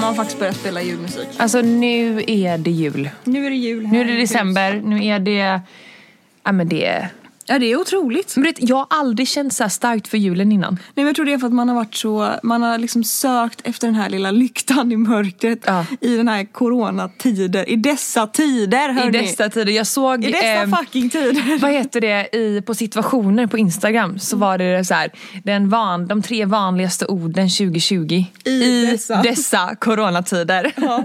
man faktiskt börjat spela julmusik. Alltså nu är det jul. Nu är det jul här. Nu är det december, nu är det... Ja men det är... Ja, det är otroligt. Men du vet, jag har aldrig känt så här starkt för julen innan. Nej, men jag tror det är för att man har varit så, man har liksom sökt efter den här lilla lyktan i mörkret Ja. i den här coronatider, i dessa tider hörni. I dessa tider. Jag såg... I dessa ehm, fucking tider. vad heter det, i, på situationer på Instagram så var det så här, den van, de tre vanligaste orden 2020 I dessa. dessa coronatider. Ja.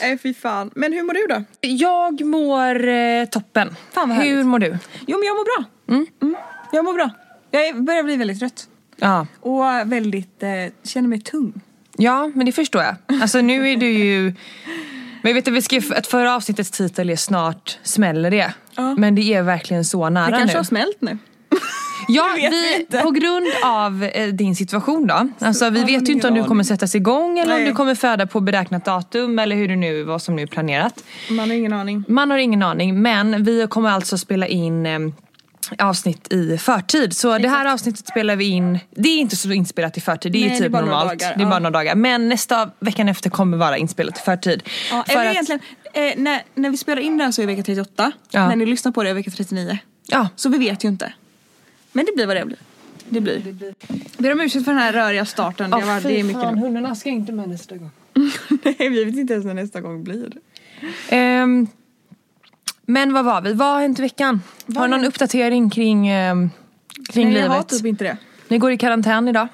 Nej fy fan. Men hur mår du då? Jag mår eh, toppen. Fan, vad Hur härligt. mår du? Jo men jag mår bra. Mm, Jag mår bra. Jag är- börjar bli väldigt trött. Ja. Och väldigt, eh, känner mig tung. ja, men det förstår jag. Alltså nu är du ju... Men vet du, vi skrev att förra avsnittets titel är Snart smäller det. Ja. Men det är verkligen så Det nära kanske nu. har smält nu. Ja, Det vet vi vi, inte. på grund av eh, din situation då. Alltså, vi har man vet ju inte om ingen du kommer sättas igång eller om Nej. du kommer föda på beräknat datum eller hur det nu vad som nu är planerat. Man har ingen aning. Man har ingen aning men vi kommer alltså spela in eh, avsnitt i förtid. Så det här avsnittet spelar vi in, det är inte så inspelat i förtid, det är Nej, typ det är bara några normalt. dagar, det är bara ja. några dagar. Men nästa veckan efter kommer vara inspelat i förtid. Ja, För eller att- egentligen, eh, när, när vi spelar in det här så är vecka 38. Ja. När ni lyssnar på det är vecka 39. ja, Så vi vet ju inte. Men det blir vad det blir. Det blir. Vi ber om ursäkt för den här röriga starten. det, var, det är mycket nu. hundarna ska inte med nästa gång. Nej, vi vet inte ens när nästa gång blir. Ehm, men vad var vi? Vad har hänt i veckan? har du någon uppdatering kring, ehm, kring Nej, jag livet? har typ inte det. Ni går i karantän idag.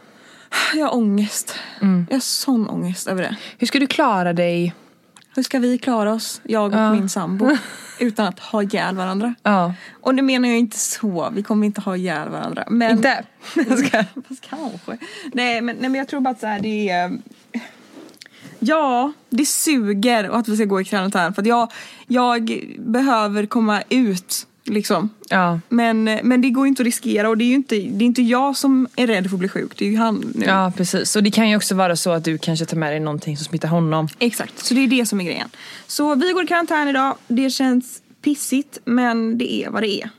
Jag har ångest. Mm. Jag har sån ångest över det. Hur ska du klara dig? Hur ska vi klara oss, jag och min sambo, utan att ha ihjäl varandra? Ja. Och det menar jag inte så, vi kommer inte ha ihjäl varandra. Men... Inte? Jag ska- Fast kanske. Nej men, nej men jag tror bara att så här, det är... eh, Ja, det suger och att vi ska gå i karantän för att jag, jag behöver komma ut liksom. Ja. Men, men det går ju inte att riskera och det är ju inte, det är inte jag som är rädd för att bli sjuk, det är ju han nu. ja, precis. Och det kan ju också vara så att du kanske tar med dig någonting som smittar honom. Exakt, så det är det som är grejen. Så vi går i karantän idag, det känns pissigt men det är vad det är.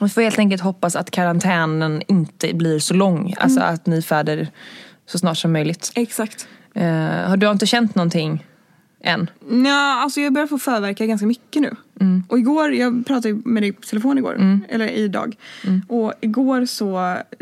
Vi får helt enkelt hoppas att karantänen inte blir så lång. Alltså att ni föder så snart som möjligt. Exakt. Eh, har du inte känt någonting än? Nja, alltså jag börjar få förverka ganska mycket nu. Och igår, jag pratade ju med dig på telefon igår, eller idag. Och igår så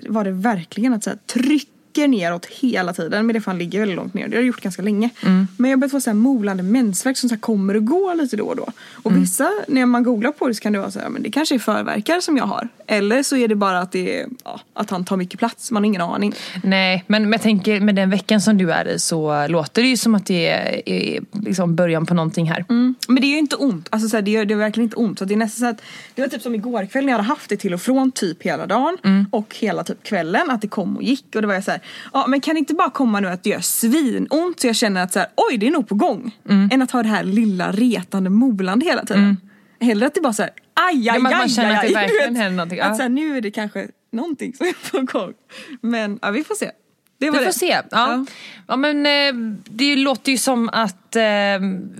var det verkligen att så här, trycker neråt hela tiden. Men det fan ligger väldigt långt ner. Det har jag gjort ganska länge. Men jag har börjat få så här molande mensvärk som så här kommer och går lite då och då. Och vissa, när man googlar på det så kan det vara så här, men det kanske är förverkar som jag har. Eller så är det bara att, det är, ja, att han tar mycket plats, man har ingen aning. Nej, men, men jag tänker med den veckan som du är i så låter det ju som att det är, är liksom början på någonting här. Mm. Men det är ju inte ont, alltså så här, det, gör, det är verkligen inte ont. Så det är nästan så att det var typ som igår kväll när jag hade haft det till och från typ hela dagen Mm. och hela typ kvällen att det kom och gick och det var jag så här, ja men kan det inte bara komma nu att det gör svinont så jag känner att så här, oj det är nog på gång. Mm. Än att ha det här lilla retande molande hela tiden. Hellre att det bara så här, aj aj aj. men att Mm. man känner att det aj, du verkligen vet. händer någonting, ja. Att så här, nu är det kanske någonting som är på gång. Men ja vi får se. Det var Vi får det. se. Ja. Ja. Ja. men, eh, det låter ju som att eh,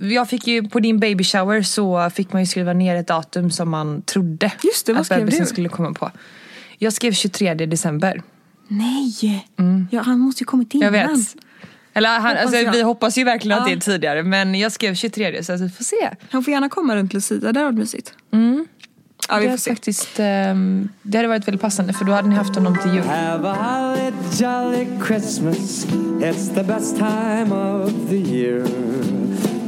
jag fick ju på din baby shower så fick man ju skriva ner ett datum som man trodde Just det, vad att skrev bebisen du? skulle komma på. Jag skrev 23 december. Nej! Ja, han måste ju kommit innan. Mm. Jag vet. Eller han, Hoppas alltså, jag. vi hoppas ju verkligen att det Ja. är tidigare men jag skrev 23 så att vi får se. Han får gärna komma runt Lucia, det hade varit mysigt. Mm. Ja, vi Det, får är se. faktiskt, eh, det hade varit väldigt passande för då hade ni haft honom till jul. Have a holly jolly Christmas. It's the best time of the year.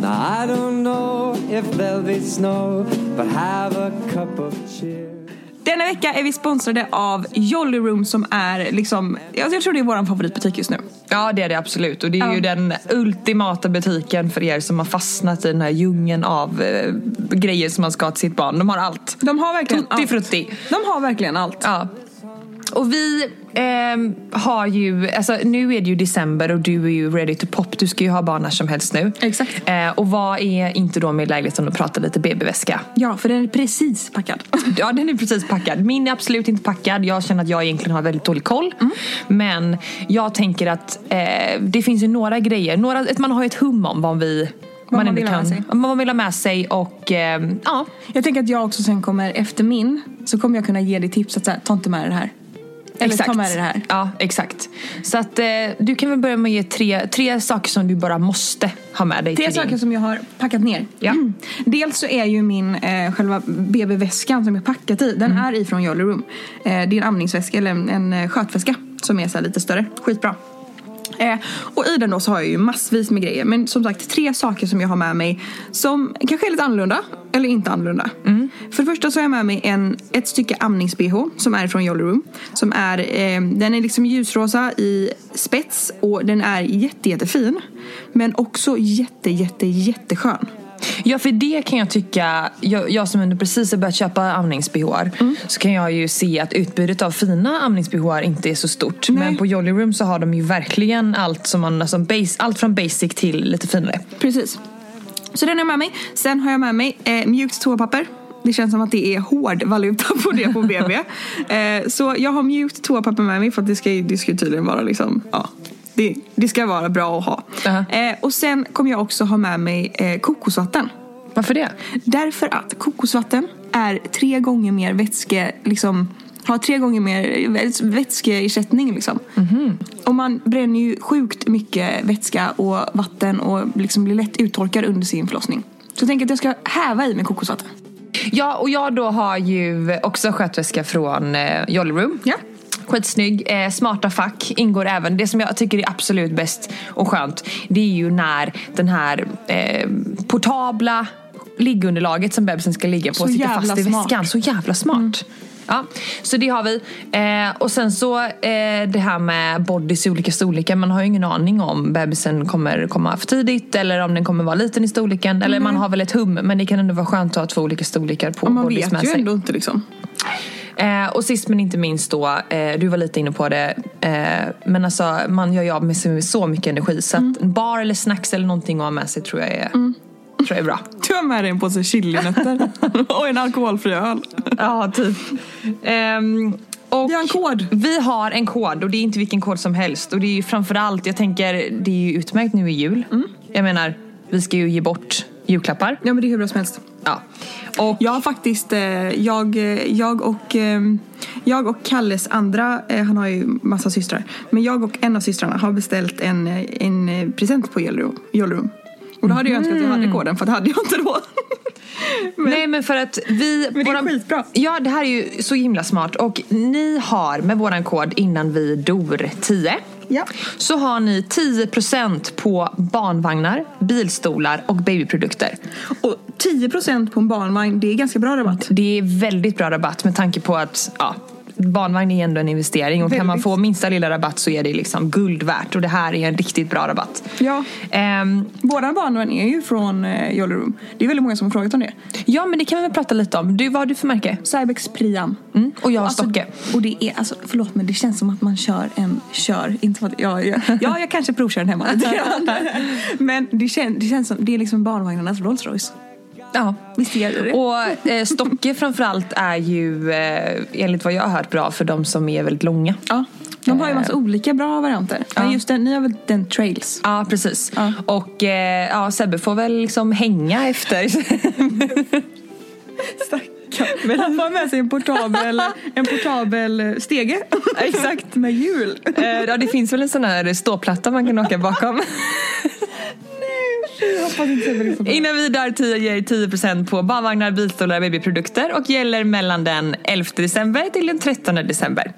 Now I don't know if there'll be snow, but have a cup of cheer. Denna vecka är vi sponsrade av Jolly Room som är liksom, jag, jag tror det är vår favoritbutik just nu. Ja det är det absolut och det är ju den ultimata butiken för er som har fastnat i den här djungeln av eh, grejer som man ska ha till sitt barn. De har allt. De har verkligen Tutti allt. frutti. De har verkligen allt. Ja. Och vi ehm, har ju, alltså nu är det ju december och du är ju ready to pop. Du ska ju ha barn när som helst nu. Exakt. Eh, och vad är inte då mer lägligt än att prata lite BB-väska? Ja, för den är precis packad. Ja, den är precis packad. Min är absolut inte packad. Jag känner att jag egentligen har väldigt dålig koll. Mm. Men jag tänker att eh, det finns ju några grejer. Några, att man har ju ett hum om vad vi Vad man ändå vill ha med sig. vad man vill ha med sig och eh, ja. Jag tänker att jag också sen kommer, efter min, så kommer jag kunna ge dig tips att så här, ta inte med det här. Eller ta med dig det här. Ja, exakt. Så att eh, du kan väl börja med att ge tre, tre saker som du bara måste ha med dig. Tre till din- saker som jag har packat ner. Ja. Dels så är ju min eh, själva BB-väskan som jag packat i, Mm. den är ifrån Jolly Room. Eh, det är en amningsväska eller en, en eh, skötväska som är så här lite större. Skitbra. Eh, och i den då så har jag ju massvis med grejer. Men som sagt, tre saker som jag har med mig som kanske är lite annorlunda eller inte annorlunda. För det första så har jag med mig en, ett stycke amnings-bh som är från Jolly Room. Som är, eh, den är liksom ljusrosa i spets och den är jätte, jättefin. Men också jätte, jätte, jätteskön. Ja, för det kan jag tycka, jag, jag som ändå precis har börjat köpa amnings-bhar, så kan jag ju se att utbudet av fina amnings-bhar inte är så stort. Nej. Men på Jolly Room så har de ju verkligen allt, som man, alltså, base, allt från basic till lite finare. Precis. Så den har jag med mig. Sen har jag med mig eh, mjukt toapapper. Det känns som att det är hård valuta på det på BB. eh, så jag har mjukt toapapper med mig för att det ska, ju- det ska ju tydligen vara liksom, ja. Det, det ska vara bra att ha. Aha. Eh, och sen kommer jag också ha med mig eh, kokosvatten. Varför det? Därför att kokosvatten är tre gånger mer vätske, liksom, har tre gånger mer väts- vätskeersättning. Liksom. Och man bränner ju sjukt mycket vätska och vatten och liksom blir lätt uttorkad under sin förlossning. Så jag tänker att jag ska häva i med kokosvatten. Ja, och jag då har ju också skötväska från eh, Jolly Room. Ja. Skitsnygg, eh, smarta fack ingår även. Det som jag tycker är absolut bäst och skönt det är ju när den här eh, portabla liggunderlaget som bebisen ska ligga på Så sitter jävla fast i smart. Mm. väskan. Så jävla smart. Ja, så det har vi. Eh, och sen så eh, det här med bodys i olika storlekar. Man har ju ingen aning om bebisen kommer komma för tidigt eller om den kommer vara liten i storleken. Mm. Eller man har väl ett hum men det kan ändå vara skönt att ha två olika storlekar på Och man bodys med vet ju sig. ändå inte liksom. Eh, och sist men inte minst då, eh, du var lite inne på det, eh, men alltså man gör ju av med sig så mycket energi så att Mm. en bar eller snacks eller någonting att ha med sig tror jag är, tror jag är bra. Du har med dig en påse chilinötter och en alkoholfri öl. ja, typ. Ehm, och Vi har en kod. Vi har en kod och det är inte vilken kod som helst. Och det är ju framförallt, jag tänker, det är ju utmärkt nu i jul. Mm. Jag menar, vi ska ju ge bort julklappar. Ja men det är hur bra som helst. Ja. Och Jag har faktiskt, eh, jag, eh, jag, och, eh, jag och Kalles andra, eh, han har ju massa systrar. Men jag och en av systrarna har beställt en, eh, en eh, present på Jolly Room- Jolly Room. Och då hade jag önskat att jag hade koden för det hade jag inte då. Nej men för att vi... Men det är skitbra. Ja det här är ju så himla smart och ni har med våran kod innan vi dor 10 Ja. så har ni 10% på barnvagnar, bilstolar och babyprodukter. Och 10% på en barnvagn, det är ganska bra rabatt. Det är väldigt bra rabatt med tanke på att ja, barnvagn är ändå en investering och kan man Väldigt. få minsta lilla rabatt så är det liksom guld värt och det här är en riktigt bra rabatt. Ja. Ehm, Våran barnvagn är ju från eh, Jolly Room. Det är väldigt många som har frågat om det. ja men det kan vi väl prata lite om. Du, vad har du för märke? Cybex Priam. Mm, och jag har Alltså, Stocke. Och det är, alltså, förlåt men det känns som att man kör en kör. Inte för att, ja, ja, ja, jag kanske provkör den hemma lite grann. Men det, kän, det känns som, det är liksom barnvagnarnas Rolls Royce. Ja. Visst är det det? Och eh, Stocke framförallt är ju eh, enligt vad jag har hört bra för de som är väldigt långa. Ja. De har ju massa olika bra varianter. Men Ja. just den, ni har väl den Trails? Ja precis. Ja. Och eh, ja, Sebbe får väl liksom hänga efter. Men han får med sig en portabel, en portabel eh, stege. Exakt. Med hjul. Eh, ja det finns väl en sån här ståplatta man kan åka bakom. Jag hoppas inte det blir så bra. Innan vi där 10 ger 10% på barnvagnar, bilstolar, babyprodukter och gäller mellan den 11 december till den 13 december.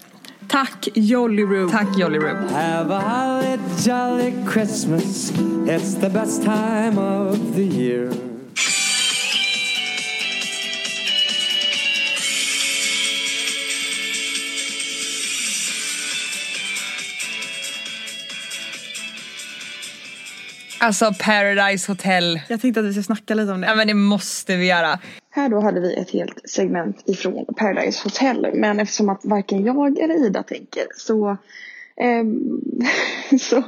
Tack Jolly Room. Tack Jolly Room. Have a holly jolly Christmas. It's the best time of the year. Alltså Paradise Hotel. Jag tänkte att vi ska snacka lite om det. Ja men det måste vi göra. Här då hade vi ett helt segment ifrån Paradise Hotel men eftersom att varken jag eller Ida tänker så, ehm, så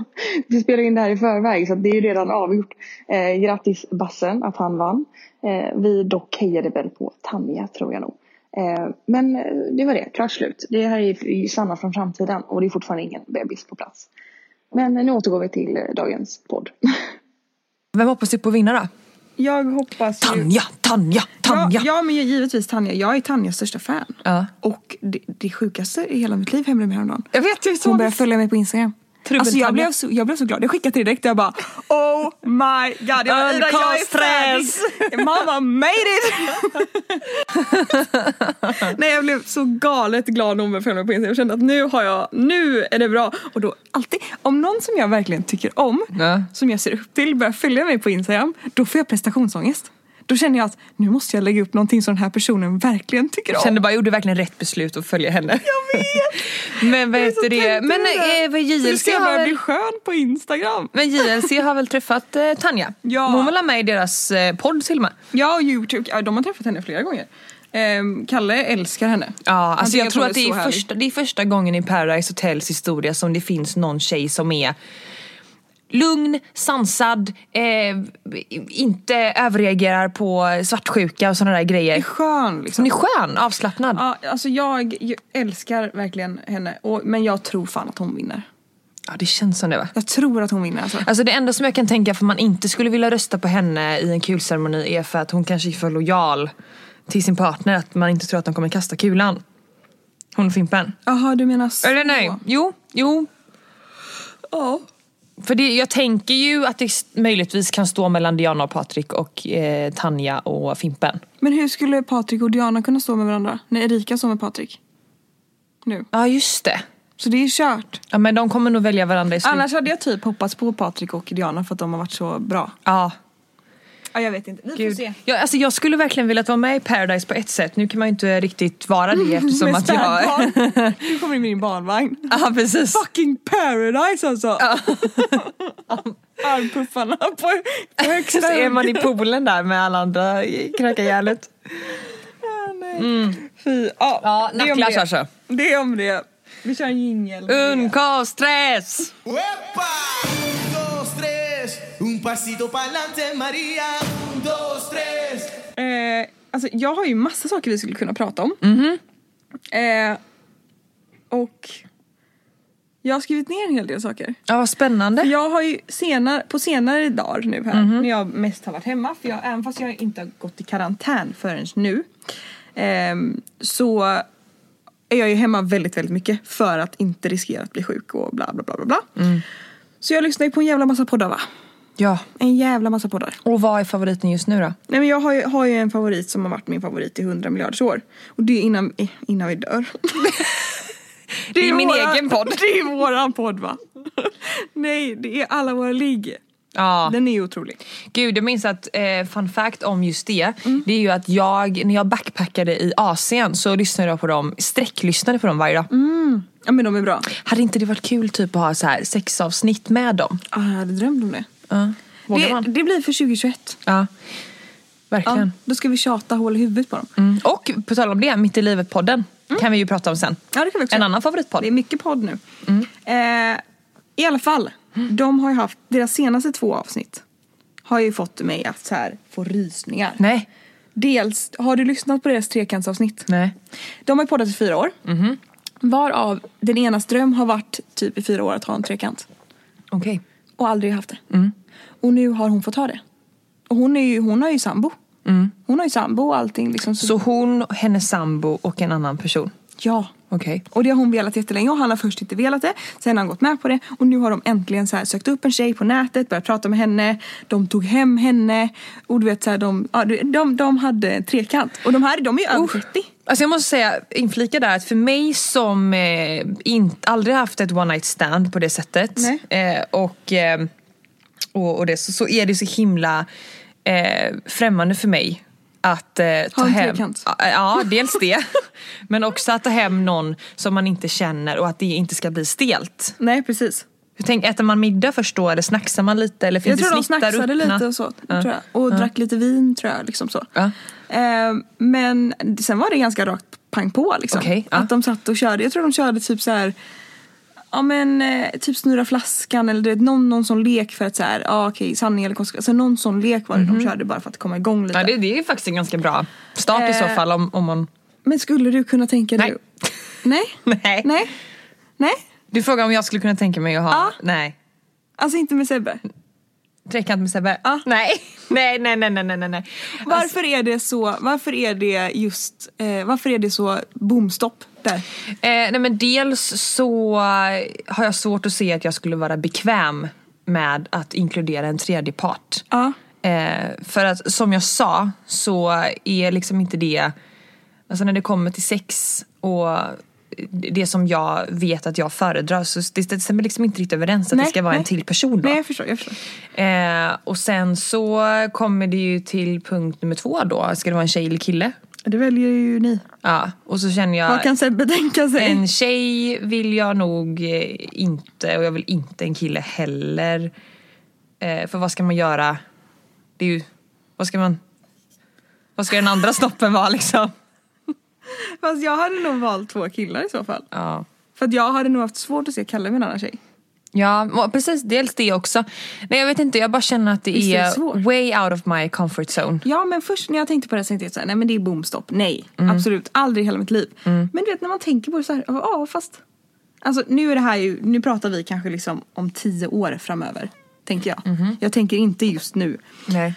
vi spelar in det här i förväg så att det är ju redan avgjort. Eh, grattis Bassen att han vann. Eh, vi dock hejade väl på Tanja tror jag nog. Eh, men eh, det var det, klart slut. Det här är ju Sanna från framtiden och det är fortfarande ingen bebis på plats. Men eh, nu återgår vi till eh, dagens podd. Vem hoppas du på att vinna då? jag hoppas ju... Tanja, Tanja, Ja, Tanja! ja, men givetvis Tanja. Jag är Tanjas största fan. Ja. Och det, det sjukaste i hela mitt liv hände mig häromdagen. Jag vet, jag såg Hon började följa mig på Instagram. Trubbel alltså jag Tanja. blev, så, jag blev så glad, jag skickade till dig direkt jag bara Oh my god, jag bara, Ida jag är Uncast färdig! Mamma made it! Nej jag blev så galet glad när hon började följa mig på Instagram, jag kände att nu har jag, nu är det bra! Och då alltid, om någon som jag verkligen tycker om, Ja. som jag ser upp till börjar följa mig på Instagram, då får jag prestationsångest. Då känner jag att nu måste jag lägga upp någonting som den här personen verkligen tycker om. Kände bara, jag gjorde verkligen rätt beslut att följa henne. Jag vet! Men vad heter det? tänkte Men jag det. eh, vad Så du JLC ser har bara bli väl... skön på Instagram. Men JLC har väl träffat eh, Tanja? Ja. Hon vill ha med i deras eh, podd till och med. Ja, och Youtube. ja, De har träffat henne flera gånger. Ehm, Kalle älskar henne. Ja, Han alltså tycker jag tror hon att det så är, härlig. första, det är första gången i Paradise Hotels historia som det finns någon tjej som är lugn, sansad, eh, inte överreagerar på svartsjuka och sådana där Det är grejer. skön liksom. Hon är skön, avslappnad. Ja, alltså jag ju- älskar verkligen henne. Och, men jag tror fan att hon vinner. Ja, det känns som det va? Jag tror att hon vinner alltså. Alltså det enda som jag kan tänka för man inte skulle vilja rösta på henne i en kulceremoni är för att hon kanske är för lojal till sin partner. Att man inte tror att de kommer kasta kulan. Hon och Fimpen. Jaha, du menar så. Eller nej, jo, jo. Ja. För det, jag tänker ju att det s- möjligtvis kan stå mellan Diana och Patrik och eh, Tanja och Fimpen. Men hur skulle Patrik och Diana kunna stå med varandra? När Erika står med Patrik. Nu. Ja, just det. Så det är kört. Ja, men de kommer nog välja varandra i slutet. Annars hade jag typ hoppats på Patrik och Diana för att de har varit så bra. Ja, Ja, jag vet inte. Vi får se. Ja, alltså jag skulle verkligen vilja vara med i Paradise på ett sätt. Nu kan man ju inte riktigt vara det eftersom att jag... spädbarn. Nu kommer in min barnvagn. Ja, precis. Fucking paradise alltså! Armpuffarna på på högsta Så är man i hugg. poolen där med alla andra i knarkargärlet. Ah, nej. Fy, ja. Mm. Ja, det är om nacklash det. alltså. Det är om det. Vi kör en jingel. Undkast stress! ¡Uepa! Un, dos, tres, un pasito para adelante, María. Un, dos, tres. Eh, alltså, jag har ju massa saker vi skulle kunna prata om. Mhm. Eh, och jag har skrivit ner en hel del saker. Ja, vad spännande. Jag har ju senare, på senare dagar nu här, när jag mest har varit hemma, för jag, även fast jag inte har gått i karantän förrän nu, ehm, så är jag ju hemma väldigt, väldigt mycket för att inte riskera att bli sjuk och bla bla bla bla. bla. Så jag lyssnar ju på en jävla massa poddar va? Ja. En jävla massa poddar. Och vad är favoriten just nu då? Nej men jag har ju, har ju en favorit som har varit min favorit i hundra miljarders år. Och det är innan, eh, innan vi dör. Det är min egen podd. Det är våran podd va? Nej, det är alla våra ligg. Ja. Den är ju otrolig. Gud, jag minns att eh, fun fact om just det, det är ju att jag, när jag backpackade i Asien så lyssnade jag på dem, sträcklyssnade på dem varje dag. Ja men de är bra. Hade inte det varit kul typ att ha så här sexavsnitt med dem? Ah, jag hade drömt om det. Ja. Vågar Det, man? det blir för 2021. Ja. Ja, Verkligen. Då ska vi tjata hål i huvudet på dem. Mm. Och på tal om det, Mitt i livet-podden kan vi ju prata om sen. Ja, det kan vi också en göra. annan favoritpodd. Mm. Det är mycket podd nu. Eh, I alla fall, de har ju haft, deras senaste två avsnitt har ju fått mig att så här, få rysningar. Nej. Dels, har du lyssnat på deras trekantsavsnitt? Nej. Mhm. De har ju poddat i fyra år. Varav den enas dröm har varit typ i fyra år att ha en trekant. Okej. Och aldrig haft det. Mm. Och nu har hon fått ha det. Och hon, är ju, hon har ju sambo. Hon har ju sambo och allting liksom. Så, Mm. Så hon, hennes sambo och en annan person. ja. Okej. Och det har hon velat jättelänge och han har först inte velat det. Sen har han gått med på det och nu har de äntligen så här sökt upp en tjej på nätet, börjat prata med henne. De tog hem henne och du vet så här, de, ja, du- de, de hade en trekant. Och de här de är ju över 30. Alltså jag måste säga, inflika där att för mig som eh, inte, aldrig haft ett one night stand på det sättet eh, och, eh, och, och det, så, så är det så himla eh, främmande för mig att eh, ta en hem... trekant. Ja, eh, ja, dels det. men också att ta hem någon som man inte känner och att det inte ska bli stelt. Nej precis. Hur tänk, äter man middag först då eller snacksar man lite? Eller Jag finns tror det de snittar snacksade ruttna? lite och så. Ja. Tror jag. Och drack lite vin tror jag. Liksom så. Ja. Ehm, men sen var det ganska rakt pang på liksom. Okej, ja. Att de satt och körde. Jag tror de körde typ så här. Ja men eh, typ snurra flaskan eller du vet, någon, någon sån lek för att så här, ja okej sanning eller konsekvens. Alltså någon sån lek var det de körde bara för att komma igång lite. Mhm. Ja, det, det är faktiskt en ganska bra start i så Eh, fall om, om man... Men skulle du kunna tänka dig? Nej. Nej. Nej. Nej. Du frågar om jag skulle kunna tänka mig att ha... Ja. Nej. Alltså inte med Sebbe. Trekant med Sebbe? Ja. Nej. nej, nej, nej, nej, nej, nej, nej. Alltså, Varför är det så, varför är det just, eh, varför är det så bomstopp där? eh, nej men dels så har jag svårt att se att jag skulle vara bekväm med att inkludera en tredje part. Ja. Eh, för att som jag sa så är liksom inte det, alltså när det kommer till sex och det som jag vet att jag föredrar så det det stämmer liksom inte riktigt överens att Nej, det ska vara en nej. till person då. Nej jag förstår, jag förstår. Eh, och sen så kommer det ju till punkt nummer två då, ska det vara en tjej eller kille? Det väljer ju ni. Ja, och så känner jag Vad kan Sebbe tänka sig? en tjej vill jag nog eh, inte och jag vill inte en kille heller. Eh, för vad ska man göra? Det är ju, vad ska man, vad ska den andra snoppen vara liksom? Fast jag hade nog valt två killar i så fall. Ja. För att jag hade nog haft svårt att se Kalle med en annan tjej. Ja, och precis. Dels det också. Nej, jag vet inte. Jag bara känner att det Visst är det är svårt? way out of my comfort zone. Ja men först när jag tänkte på det så tänkte jag såhär, nej men det är bomstopp, nej. Mm. Absolut, aldrig i hela mitt liv. Men du vet när man tänker på det så här, ja fast. Alltså nu är det här ju, nu pratar vi kanske liksom om tio år framöver. Tänker jag. Mhm. Jag tänker inte just nu. Nej.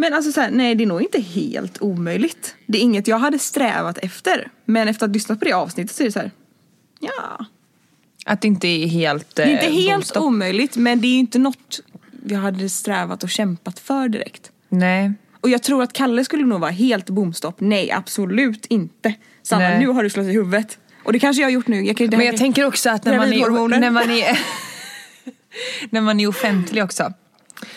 Men alltså så här, nej det är nog inte helt omöjligt. Det är inget jag hade strävat efter. Men efter att ha lyssnat på det avsnittet så är det så här, ja. Att det inte är helt... eh, Det är inte helt omöjligt men det är ju inte något jag hade strävat och kämpat för direkt. Nej. Och jag tror att Kalle skulle nog vara helt bomstopp. Nej, absolut inte. Sanna, Nej. nu har du slått i huvudet. Och det kanske jag har gjort nu. Jag kan, det Men här jag kan- tänker också att när man är, Gravidhormoner. när man är, när man är offentlig också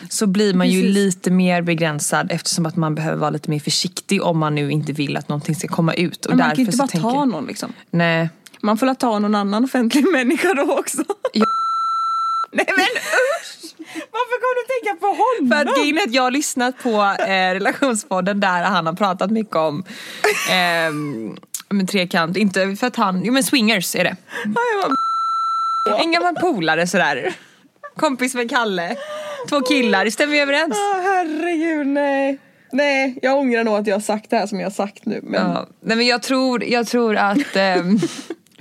så blir man ju Precis. lite mer begränsad eftersom att man behöver vara lite mer försiktig om man nu inte vill att någonting ska komma ut. Och Men man kan därför ju inte så bara tänker, ta någon liksom. Nej. Man får la ta någon annan offentlig människa då också. Ja. Nej men usch! Varför kom du tänka på honom? För att grejen är att jag har lyssnat på eh, relationspodden där han har pratat mycket om eh, men trekant, inte för att han, jo men swingers är det. Ja, jag bara, En gammal polare sådär. Kompis med Kalle. Två killar, det stämmer ju överens. "Åh, herregud, nej. Nej, jag ångrar nog att jag har sagt det här som jag har sagt nu. Men Ja. Nej, men jag, tror, jag tror att ehm,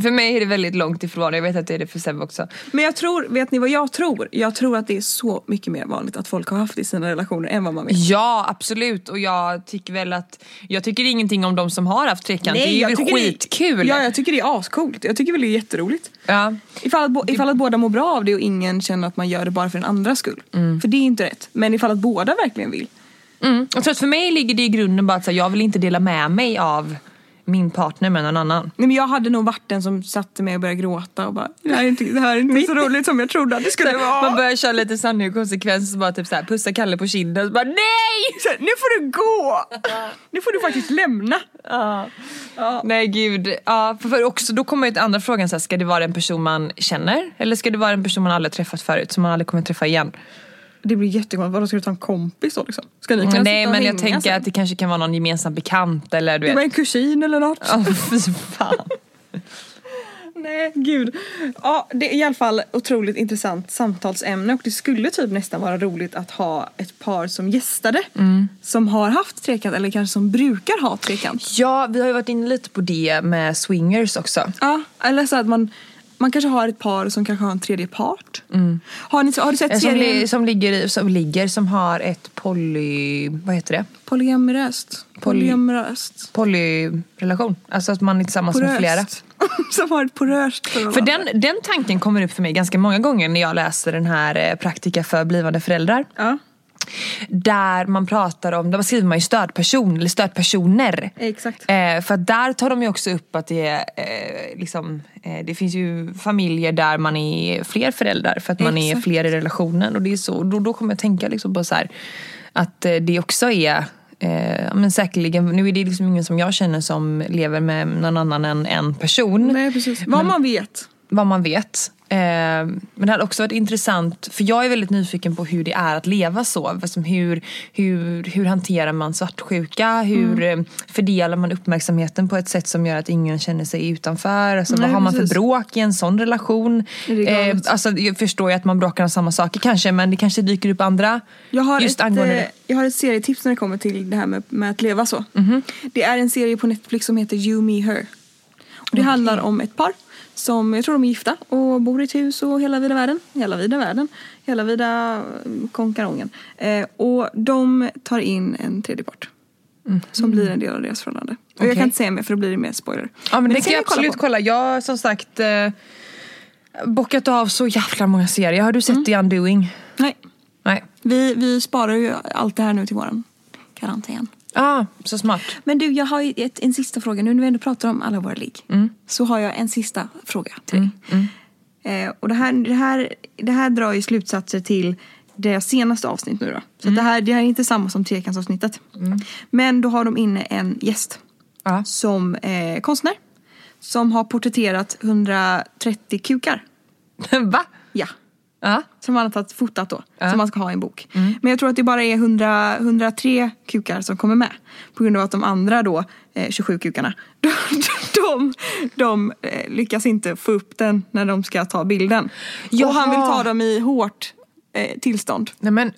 för mig är det väldigt långt ifrån. Jag vet att det är det för Sebbe också. Men jag tror, vet ni vad jag tror? Jag tror att det är så mycket mer vanligt att folk har haft i sina relationer än vad man vet. Ja, absolut. Och jag tycker väl att jag tycker ingenting om de som har haft trekant. det är ju tycker skitkul. ja, jag tycker det är ascoolt. Jag tycker väl det är jätteroligt. Ja. Ifall att, bo- ifall att båda mår bra av det och ingen känner att man gör det bara för den andras skull. För det är inte rätt. Men ifall att båda verkligen vill. Mm. Jag tror att för mig ligger det i grunden bara att så här, jag vill inte dela med mig av min partner med någon annan. Nej, men jag hade nog varit den som satte mig och började gråta och bara det här är inte, det här är inte så roligt som jag trodde att det skulle vara. Man börjar köra lite sanning och konsekvens och bara typ så här, pussa Kalle på kinden och så bara nej! Så här, nu får du gå! nu får du faktiskt lämna. Nej gud, ja, för- för också, då kommer ju till andra frågan, så här, ska det vara en person man känner? Eller ska det vara en person man aldrig träffat förut som man aldrig kommer träffa igen? Det blir jättekonstigt. Vadå ska du ta en kompis då liksom? Ska ni kunna Mm. Nej sitta och men jag hänga tänker sen? att det kanske kan vara någon gemensam bekant eller du Det var vet. en kusin eller något. Åh fy fan. Nej, gud. Ja, det är i alla fall otroligt intressant samtalsämne och det skulle typ nästan vara roligt att ha ett par som gästade Mm. som har haft trekant eller kanske som brukar ha trekant. Ja, vi har ju varit inne lite på det med swingers också. Ja, eller så att man, man kanske har ett par som kanske har en tredje part. Har, ni, har du sett Mm. Som, serien li, som, ligger, i- som ligger, som har ett poly... Vad heter det? Polyamoröst? Polyamoröst? Polyrelation. Alltså att man är tillsammans med flera. Poröst? som har ett poröst För förhållande. den, den tanken kommer upp för mig ganska många gånger när jag läser den här eh, Praktika för blivande föräldrar. Ja, Där man pratar om, där skriver man ju stödperson eller stödpersoner. exakt. Eh, för att där tar de ju också upp att det, är, eh, liksom, eh, det finns ju familjer där man är fler föräldrar för att man är Exakt. fler i relationen. Och det är så, då, då kommer jag tänka liksom på så här, att eh, det också är Eh, ja, men säkerligen, nu är det liksom ingen som jag känner som lever med någon annan än en person Nej, precis. Vad man vet. vad man vet. Eh, Men det hade också varit intressant, för jag är väldigt nyfiken på hur det är att leva så. Alltså hur, hur, hur hanterar man svartsjuka? Hur Mm. eh, fördelar man uppmärksamheten på ett sätt som gör att ingen känner sig utanför? Alltså vad Nej, har man precis. för bråk i en sån relation? Är det Eh, galet? alltså, jag förstår ju att man bråkar om samma saker kanske, men det kanske dyker upp andra Jag har, just ett, angående eh, det. jag har ett serietips när det Mhm. kommer till det här med, med att leva så. Det är en serie på Netflix som heter You, Me, Her. Och Det handlar om ett par som, jag tror de är gifta och bor i ett hus och hela vida världen, hela vida världen, hela vida eh, konkarongen. Eh, och de tar in en tredje part. Som blir en del av deras förhållande. Och jag Mm. Okej. kan inte säga mer för då blir det mer spoiler. Ja men, det, kan ska jag ni kolla absolut på. kolla. Jag har som sagt eh, bockat av så jävla många serier. Har du Mm. sett The Undoing? Nej, Nej. vi, vi sparar ju allt det här nu till våran karantän. Ah, så smart. Men du, jag har ju ett, en sista fråga. Nu när vi ändå pratar om alla våra ligg så har jag en sista fråga till dig. Eh, och det här, det, här, det här drar ju slutsatser till det senaste avsnittet nu då. Så att det, här, det här är inte samma som Trekansavsnittet. Men då har de inne en gäst Ja. som eh, konstnär som har porträtterat 130 kukar. Va? Ja. Ja. Som han har tagit fotat då. Ja. Mm. Som man ska ha i en bok. Men jag tror att det bara är 100, 103 kukar som kommer med. På grund av att de andra då, eh, 27 kukarna, de, de, de eh, lyckas inte få upp den när de ska ta bilden. Och han vill Jaha. ta dem i hårt eh, tillstånd. Nej men,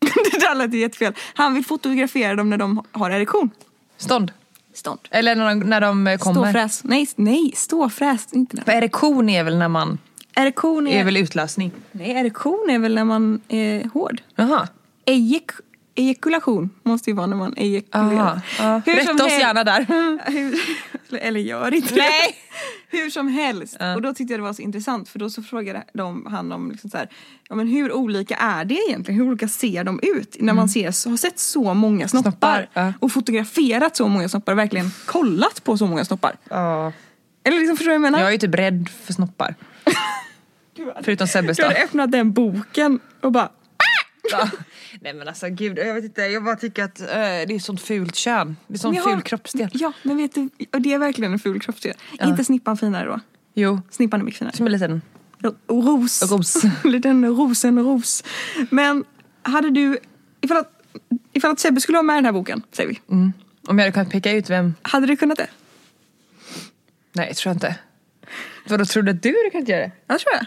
det där lät ju jättefel. Han vill fotografera dem när de har erektion. stånd. Stånd. Eller när de, när de eh, kommer. Ståfräs. Nej, nej, ståfräs. Inte För det. erektion är väl när man... Erektion är är, väl utlösning? nej, erektion är väl när man är hård. Jaha. Ejek ejakulation måste ju vara när man Aha, ejekulerar. ja. Hur som Rätta oss hel- gärna där. Hur, eller gör inte Nej. det. Hur som helst. Ja. Och då tyckte jag det var så intressant för då så frågade de han om liksom så här, ja, men hur olika är det egentligen? Hur olika ser de ut? När man ser, har sett så många snoppar, Mm. Snoppar, ja. och fotograferat så många snoppar och verkligen kollat på så många snoppar. Ja. Eller liksom förstår du vad jag menar? Jag är ju typ rädd för snoppar. Förutom Sebbes du då. hade öppnat den boken och bara Ja. Nej men alltså gud, jag vet inte. Jag bara tycker att eh, det är sånt fult kön. Det är sån men jag har- ful kroppsdel. Ja, men vet du, och det är verkligen en ful kroppsdel. Inte snippan finare då. Jo, Snippan är mycket finare. som en liten... Ros. Ros. Liten rosenros. Men hade du, ifall att, ifall att Sebbe skulle ha med den här boken, säger vi. Mm. Om jag hade kunnat peka ut vem? Hade du kunnat det? Nej, tror jag inte. Vadå, tror du att du hade kunnat göra det? Jag tror det.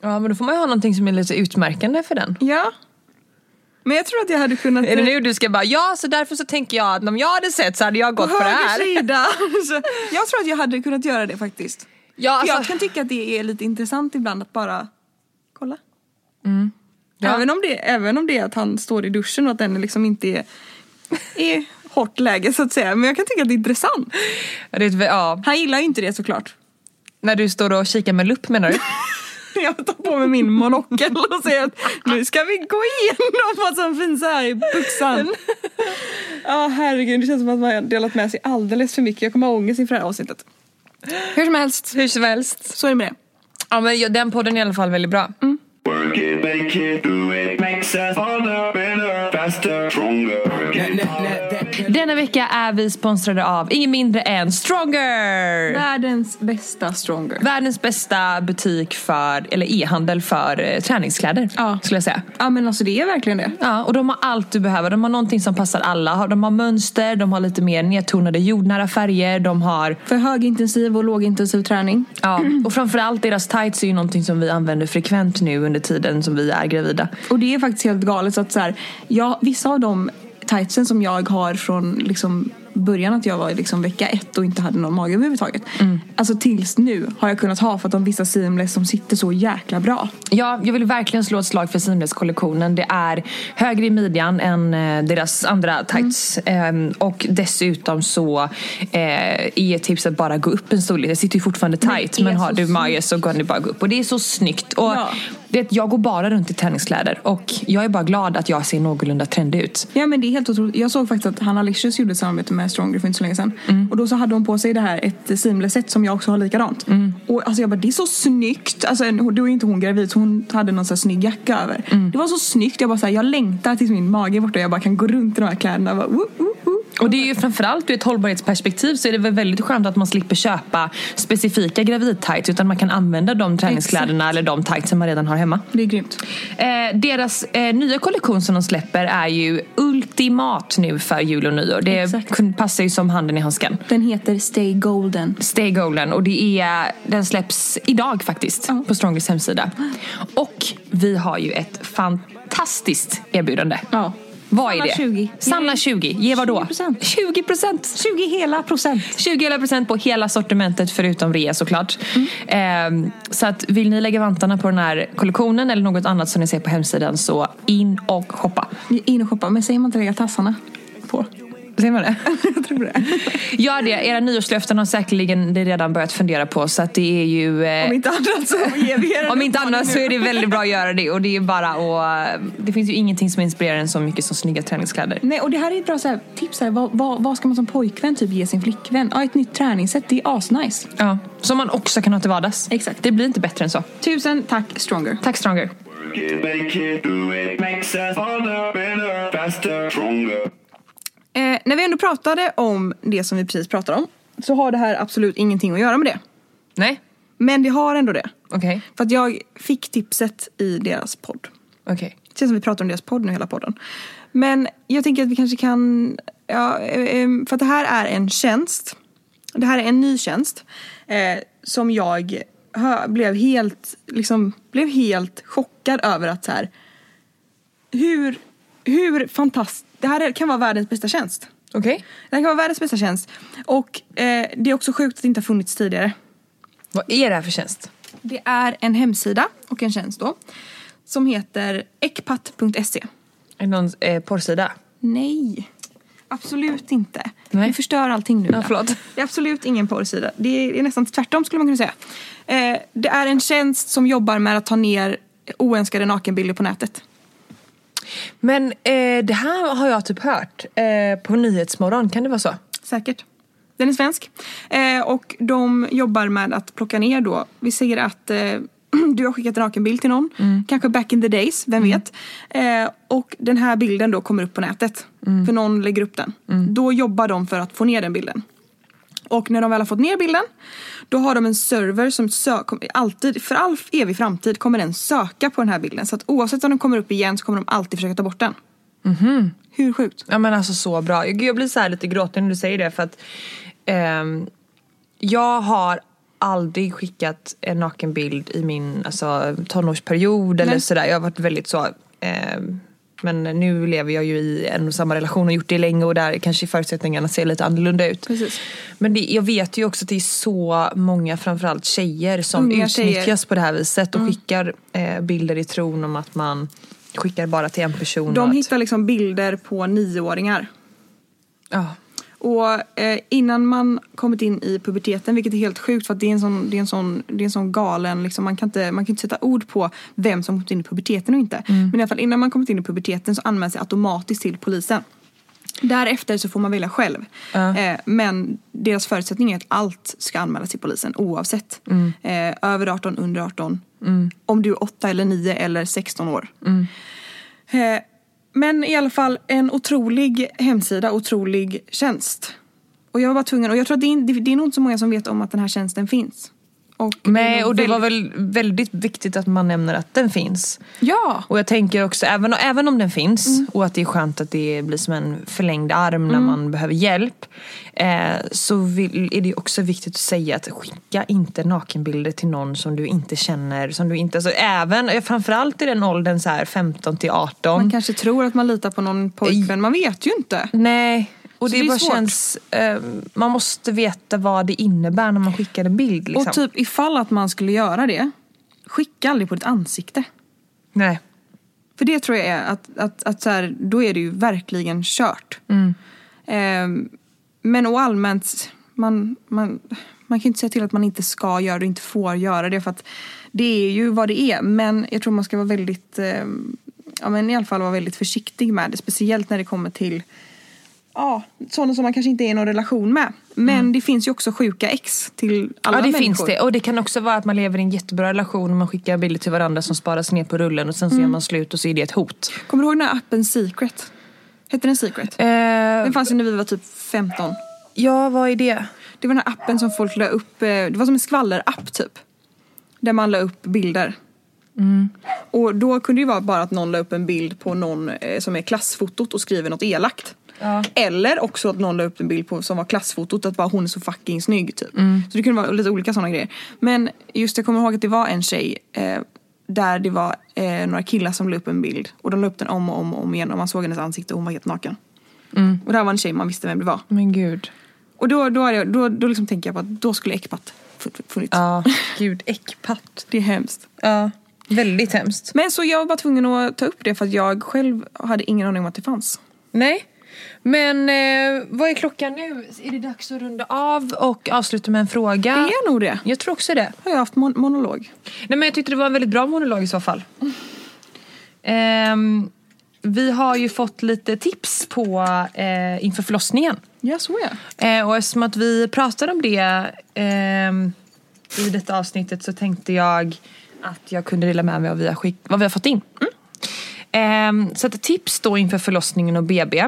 Ja, men då får man ju ha någonting som är lite utmärkande för den. Ja. Men jag tror att jag hade kunnat... Är det nu du ska bara, ja så därför så tänker jag att om jag hade sett så hade jag På gått på det höger här. sida. Alltså, Så jag tror att jag hade kunnat göra det faktiskt. Ja, För jag alltså, kan tycka att det är lite intressant ibland att bara kolla. Mm. Ja. Även, om det, även om det är att han står i duschen och att den liksom inte är i hårt läge så att säga. Men jag kan tycka att det är intressant. det är ett, ja, Han gillar ju inte det såklart. när du står och kikar med lupp menar du? Jag tar på mig min monokel och säger att nu ska vi gå igenom vad som finns här i byxan. Ja herregud, det känns som att man har delat med sig alldeles för mycket. Jag kommer ha ångest inför det här avsnittet. Hur som helst, Hur som helst. så är det med det. Ja men ja, den podden är i alla fall väldigt bra. Work it, make it, do it. Makes us harder, better, faster, stronger. Work it. Denna vecka är vi sponsrade av ingen mindre än Stronger! Världens bästa stronger. Världens bästa butik för, eller e-handel för eh, träningskläder Ja. skulle jag säga. Ja men alltså det är verkligen det. Ja, och de har allt du behöver. De har någonting som passar alla. Har- De har mönster, de har lite mer nedtonade jordnära färger, de har... För högintensiv och lågintensiv träning. Ja, och framförallt deras tights är ju någonting som vi använder frekvent nu under tiden som vi är gravida. Och det är faktiskt helt galet så att så här, ja, vissa av de tightsen som jag har från liksom början att jag var i liksom vecka ett och inte hade någon mage överhuvudtaget. Alltså tills nu har jag kunnat ha för att de vissa seamless som sitter så jäkla bra. Ja, jag vill verkligen slå ett slag för Seamless-kollektionen. Det är högre i midjan än eh, deras andra tights. Mm. Ehm, och dessutom så eh, är tipset bara gå upp en storlek. Det sitter ju fortfarande tight är men, har så du mage så går ni bara gå upp. Och det är så snyggt. Och Ja. vet, jag går bara runt i träningskläder och jag är bara glad att jag ser någorlunda trendig ut. Ja men det är helt otroligt. Jag såg faktiskt att Hanna Licious gjorde ett samarbete med Stronger för inte så länge sedan. Mm. Och då så hade hon på sig det här, ett seamless set som jag också har likadant. Mm. Och alltså jag bara, det är så snyggt. Alltså en- då är inte hon gravid så hon hade någon så här snygg jacka över. Mm. Det var så snyggt. Jag bara så här, jag längtar tills min mage är borta och jag bara kan gå runt i de här kläderna. och Bara, woo, woo, woo. Och det är ju framförallt ur ett hållbarhetsperspektiv så är det väl väldigt skönt att man slipper köpa specifika gravidtights utan man kan använda de träningskläderna eller de tights som man redan har hemma. Det är grymt. Eh, deras eh, nya kollektion som de släpper är ju ultimat nu för jul och nyår. Det Exakt. kun- passar ju som handen i handsken. Den heter Stay Golden. Stay Golden och det är, den släpps idag faktiskt Ja. på Strongest hemsida. Och vi har ju ett fantastiskt erbjudande. Ja. Vad är Sanna det? 20. Sanna 20. Ge vad då? 20%. 20 procent. 20 hela procent. 20 hela procent på hela sortimentet förutom rea såklart. Ehm, så att vill ni lägga vantarna på den här kollektionen eller något annat som ni ser på hemsidan så in och hoppa. In och shoppa. Men säger man inte lägga tassarna på? Ser man det? Jag tror det. Gör det. Era nyårslöften har säkerligen ni redan börjat fundera på så att det är ju... eh, Om inte annat så ger vi er en Om inte uppmaning annat så nu. är det väldigt bra att göra det och det är bara att, eh, Det finns ju ingenting som inspirerar en så mycket som snygga träningskläder. Nej, och det här är ett bra så här, tips. Så Här. Vad, vad, vad ska man som pojkvän typ ge sin flickvän? Ja, ett nytt träningssätt. Det är asnice. Ja. Som man också kan ha till vardags. Exakt. Det blir inte bättre än så. Tusen tack Stronger. Tack Stronger. Work it, make it, do it. Makes us harder, better, faster, stronger. Eh, när vi ändå pratade om det som vi precis pratade om så har det här absolut ingenting att göra med det. Nej? Men det har ändå det. Okej. För att jag fick tipset i deras podd. Okej. Det känns som vi pratar om deras podd nu hela podden. Men jag tänker att vi kanske kan... Ja, eh, eh, för att det här är en tjänst. Det här är en ny tjänst. Eh, som jag hö- blev helt, liksom, blev helt chockad över att så här... Hur, hur fantastiskt... Det här är- kan vara världens bästa tjänst. Okej. Det här kan vara världens bästa tjänst. Och eh, det är också sjukt att det inte har funnits tidigare. Vad är det här för tjänst? Det är en hemsida och en tjänst då. Som heter ekpat.se. Är det någon eh, porrsida? Nej. Absolut inte. Nej. Vi förstör allting nu. Ja, Ida. förlåt. Det är absolut ingen porrsida. Det är, det är nästan tvärtom skulle man kunna säga. Eh, det är en tjänst som jobbar med att ta ner oönskade nakenbilder på nätet. Men eh, det här har jag typ hört eh, på Nyhetsmorgon, kan det vara så? Säkert. Den är svensk. Eh, och de jobbar med att plocka ner då. Vi säger att eh, du har skickat en nakenbild till någon. Kanske back in the days, vem vet. Eh, och den här bilden då kommer upp på nätet. För någon lägger upp den. Då jobbar de för att få ner den bilden. Och när de väl har fått ner bilden då har de en server som sö- kom- alltid, för all evig framtid kommer den söka på den här bilden. Så att oavsett om den kommer upp igen så kommer de alltid försöka ta bort den. Hur sjukt? Ja men alltså så bra. Jag, jag blir så här lite gråtig när du säger det för att ehm, jag har aldrig skickat en nakenbild i min alltså, tonårsperiod eller Nej. sådär. Jag har varit väldigt så ehm, men nu lever jag ju i en och samma relation och gjort det länge och där kanske förutsättningarna ser lite annorlunda ut. Precis. Men det, jag vet ju också att det är så många, framförallt tjejer, som Unga utnyttjas Mm, tjejer. Mm. på det här viset och skickar eh, bilder i tron om att man skickar bara till en person. och De att, hittar liksom bilder på nioåringar. ja. Och eh, innan man kommit in i puberteten, vilket är helt sjukt för att det är en sån, det är en sån, det är en sån galen, liksom, man, kan inte, man kan inte sätta ord på vem som kommit in i puberteten och inte. Men i alla fall innan man kommit in i puberteten så anmäls det automatiskt till polisen. Därefter så får man välja själv. Eh, men deras förutsättning är att allt ska anmälas till polisen oavsett. Mm. Eh, över 18, under 18. Om du är 8 eller 9 eller 16 år. Mm. Eh, Men i alla fall en otrolig hemsida, otrolig tjänst. Och jag var bara tvungen, och jag tror att det är, det är nog inte så många som vet om att den här tjänsten finns. Och Nej, och det var väldigt- väl väldigt viktigt att man nämner att den finns. Ja! Och jag tänker också, även, även om den finns Mm. och att det är skönt att det blir som en förlängd arm när man behöver hjälp. Eh, så vill, är det ju också viktigt att säga att skicka inte nakenbilder till någon som du inte känner. Som du inte, alltså, även, eh, framförallt i den åldern så här 15 till 18. Man kanske tror att man litar på någon pojkvän, man vet ju inte. Nej. Och Så det, det är bara svårt. känns, eh, man måste veta vad det innebär när man skickar en bild. Liksom. Och typ ifall att man skulle göra det, skicka aldrig på ditt ansikte. Nej. För det tror jag är att, att, att så här, då är det ju verkligen kört. Mm. Ehm, men och allmänt, man, man, man kan ju inte säga till att man inte ska göra det och inte får göra det för att det är ju vad det är. Men jag tror man ska vara väldigt, ehm, ja men i alla fall vara väldigt försiktig med det. Speciellt när det kommer till ja, sådana som man kanske inte är i någon relation med. Men det finns ju också sjuka ex till alla Mm. Ja det människor. finns det. Och det kan också vara att man lever i en jättebra relation och man skickar bilder till varandra som sparas ner på rullen och sen så gör man slut och så är det ett hot. Kommer du ihåg den här appen Secret? Hette den Secret? Eh, Den fanns ju när vi var typ 15. ja vad är det? Det var den här appen som folk la upp, eh, det var som en skvallerapp typ. Där man la upp bilder. Och då kunde det ju vara bara att någon la upp en bild på någon eh, som är klassfotot och skriver något elakt. Eller också att någon la upp en bild på, som var klassfotot, att bara hon är så fucking snygg typ. Så det kunde vara lite olika sådana grejer. Men just jag kommer ihåg att det var en tjej eh, där det var eh, några killar som la upp en bild. Och de la upp den om och om och om igen och man såg hennes ansikte och hon var helt naken. Och det här var en tjej man visste vem det var. Men gud. Och då, då, hade jag, då, då liksom tänker jag på att då skulle Ecpat fun- funnits. Ja. Gud, äckpatt. Det är hemskt. Ja. Väldigt hemskt. Men så jag var tvungen att ta upp det för att jag själv hade ingen aning om att det fanns. Nej. Men eh, vad är klockan nu? Är det dags att runda av och avsluta med en fråga? Det är nog det. Jag tror också det. Har jag haft mon- monolog? Nej, men jag tyckte det var en väldigt bra monolog i så fall. Ehm, vi har ju fått lite tips på eh, inför förlossningen. Ja, så ja. Eh, och eftersom att vi pratade om det ehm, i detta avsnittet så tänkte jag att jag kunde dela med mig av vad vi har, skick- vad vi har fått in. Mm. Ehm, så att tips då inför förlossningen och BB.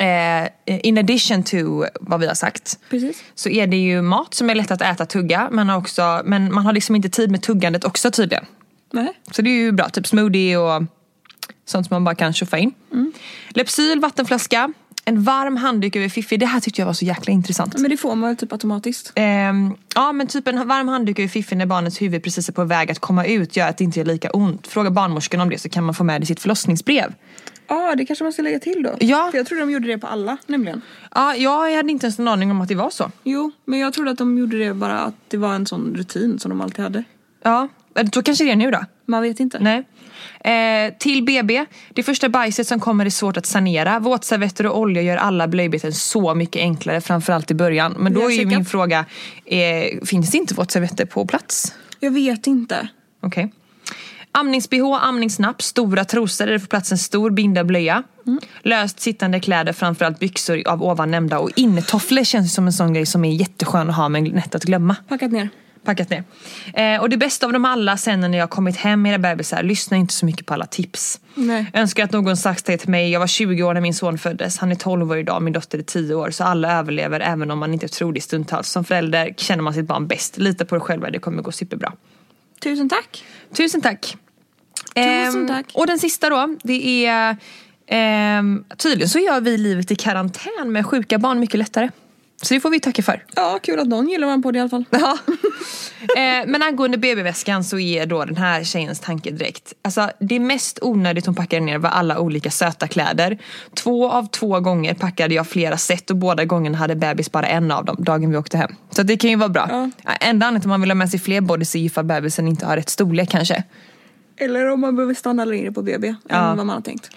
Eh, in addition to vad vi har sagt. Precis. Så är det ju mat som är lätt att äta, tugga. Men, har också, men man har liksom inte tid med tuggandet också tydligen. Nej. Så det är ju bra. Typ smoothie och sånt som man bara kan tjuffa in. Lepsyl, vattenflaska. En varm handduk över fiffi. Det här tyckte jag var så jäkla intressant. Men det får man väl typ automatiskt. Ehm, ja men typ en varm handduk över fiffin när barnets huvud precis är på väg att komma ut gör att det inte gör lika ont. Fråga barnmorskan om det så kan man få med det i sitt förlossningsbrev. Ja, det kanske man ska lägga till då. Ja. För jag trodde de gjorde det på alla nämligen. Ja, jag hade inte ens en aning om att det var så. Jo, men jag trodde att de gjorde det bara att det var en sån rutin som de alltid hade. Ja, eller så kanske det är nu då. Man vet inte. Nej. Eh, till BB. Det första bajset som kommer är svårt att sanera. Våtservetter och olja gör alla blöjbyten så mycket enklare, framförallt i början. Men då Jag är ju kikar. min fråga, eh, finns det inte våtservetter på plats? Jag vet inte. Okej. Amnings-bh, amningsnapp, stora trosor där det får plats en stor binda blöja. Löst sittande kläder, framförallt byxor av ovan nämnda och innetofflor känns som en sån grej som är jätteskön att ha men lätt att glömma Packat ner. packat ner. Eh, och det bästa av dem alla sen när jag har kommit hem med era bebisar, lyssna inte så mycket på alla tips. Nej. Önskar att någon sagt det till mig, jag var 20 år när min son föddes, han är 12 år idag, min dotter är 10 år. Så alla överlever även om man inte tror det stundtals. Som förälder känner man sitt barn bäst, lita på dig själva, det kommer gå superbra. Tusen tack. Tusen tack. Tusen Ehm, tack. Och den sista då, det är ehm, tydligen så gör vi livet i karantän med sjuka barn mycket lättare. Så det får vi tacka för. Ja, kul att någon gillar vår podd i alla fall. Ja. eh, men angående BB-väskan så är då den här tjejens tanke direkt. Alltså det mest onödigt hon packade ner var alla olika söta kläder. Två av två gånger packade jag flera set och båda gångerna hade bebis bara en av dem dagen vi åkte hem. Så att det kan ju vara bra. Ja. Ja, Enda anledningen till att man vill ha med sig fler bodys är ju för att bebisen inte har rätt storlek kanske. Eller om man behöver stanna längre på BB Ja. än vad man har tänkt.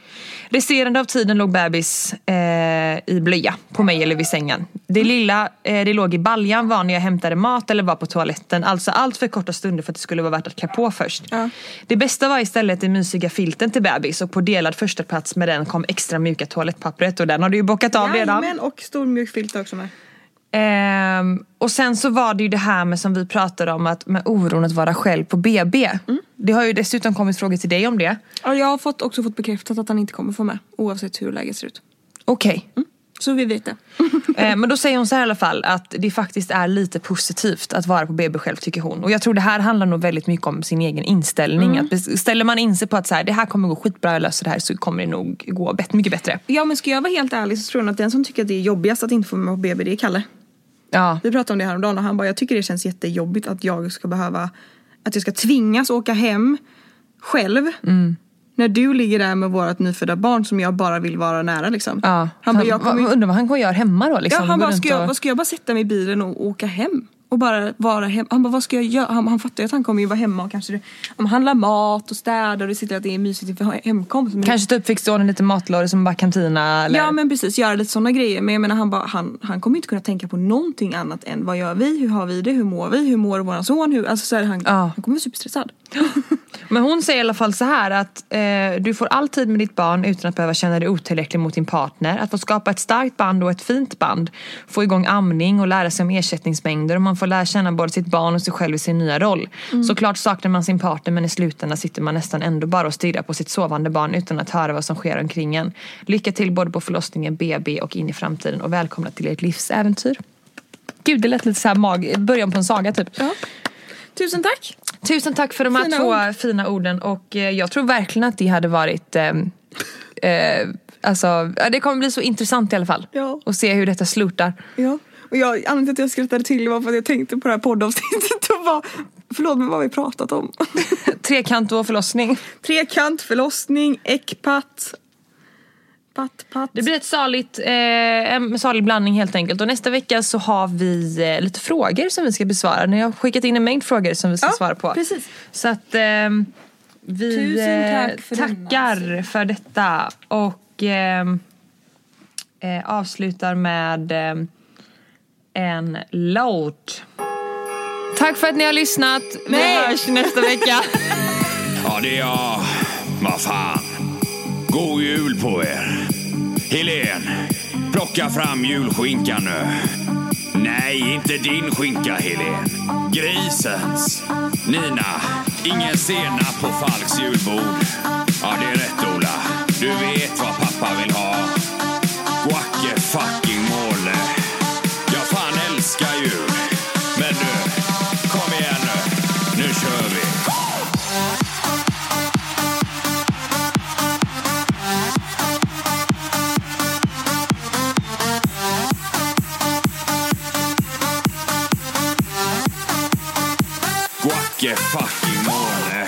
Resterande av tiden låg bebis eh, i blöja på mig eller vid sängen. Mm. Det lilla eh, det låg i baljan var när jag hämtade mat eller var på toaletten. Alltså allt för korta stunder för att det skulle vara värt att klä på först. Ja. Det bästa var istället den mysiga filten till bebis och på delad första plats med den kom extra mjuka toalettpappret och den har du ju bockat av redan. Jajamän, och stor mjuk filt också med. Ehm, och sen så var det ju det här med som vi pratade om att med oron att vara själv på BB. Mm. Det har ju dessutom kommit frågor till dig om det. Ja, jag har fått, också fått bekräftat att han inte kommer få med oavsett hur läget ser ut. Okej. Så vi vet det. Eh, Men då säger hon så här i alla fall att det faktiskt är lite positivt att vara på BB själv tycker hon. Och jag tror det här handlar nog väldigt mycket om sin egen inställning. Att bes- ställer man in sig på att så här, det här kommer gå skitbra, jag löser det här så kommer det nog gå bet- mycket bättre. Ja men ska jag vara helt ärlig så tror jag att den som tycker att det är jobbigast att inte få med på BB det är Kalle. Ja. Vi pratade om det häromdagen och han bara jag tycker det känns jättejobbigt att jag ska behöva att jag ska tvingas åka hem själv. Mm. När du ligger där med vårt nyfödda barn som jag bara vill vara nära liksom. ja. Han bara, jag kommer... Undrar vad han går och gör hemma då? ja, Liksom. han Går bara runt ska, jag, och- vad ska jag bara sätta mig i bilen och åka hem? Och bara vara hemma. Han bara vad ska jag göra? Han, han fattar ju att han kommer ju vara hemma och kanske om handla mat och städa och det sitter att det är mysigt inför hemkomst. Men Kanske typ fick stå en liten matlåda som bara kantina eller... Ja men precis, göra lite sådana grejer. Men jag menar han, bara, han, han kommer inte kunna tänka på någonting annat än vad gör vi, hur har vi det, hur mår vi, hur mår våran son? Hur, alltså så här, han, Ja. han kommer vara superstressad. Men hon säger i alla fall så här att eh, du får all tid med ditt barn utan att behöva känna dig otillräcklig mot din partner. Att få skapa ett starkt band och ett fint band. Få igång amning och lära sig om ersättningsmängder och man får lära känna både sitt barn och sig själv i sin nya roll. Såklart saknar man sin partner men i slutändan sitter man nästan ändå bara och stirrar på sitt sovande barn utan att höra vad som sker omkring en. Lycka till både på förlossningen, BB och in i framtiden och välkomna till ert livsäventyr. Gud, det lät lite så här mag- början på en saga typ. Tusen tack! Tusen tack för de här Fina två fina orden och eh, jag tror verkligen att det hade varit ehm, eh, Alltså, ja, det kommer bli så intressant i alla fall. Ja. Och se hur detta slutar. Ja. Och jag, anledningen till att jag skrattade till var för att jag tänkte på det här poddavsnittet och bara Förlåt, men vad har vi pratat om? Trekant och förlossning. Trekant, förlossning, äckpatt. Patt, patt. Det blir ett saligt, eh, en salig blandning helt enkelt. Och nästa vecka så har vi eh, lite frågor som vi ska besvara. Ni har skickat in en mängd frågor som vi ska Ja, svara på. precis. Så att eh, vi Tusen tack eh, för tackar för detta. Och eh, eh, avslutar med eh, en låt. Tack för att ni har lyssnat. Vi hörs nästa vecka. Ja, det är jag. Vad fan. God jul på er. Helen, plocka fram julskinkan nu. Nej, inte din skinka, Helen. Grisens. Nina, ingen senap på Falks julbord. Ja, det är rätt, Ola. Du vet vad pappa vill ha. Guacke fucking måle. Jag fan älskar jul. Men du, kom igen nu. Nu kör vi. Guacke fucking måne.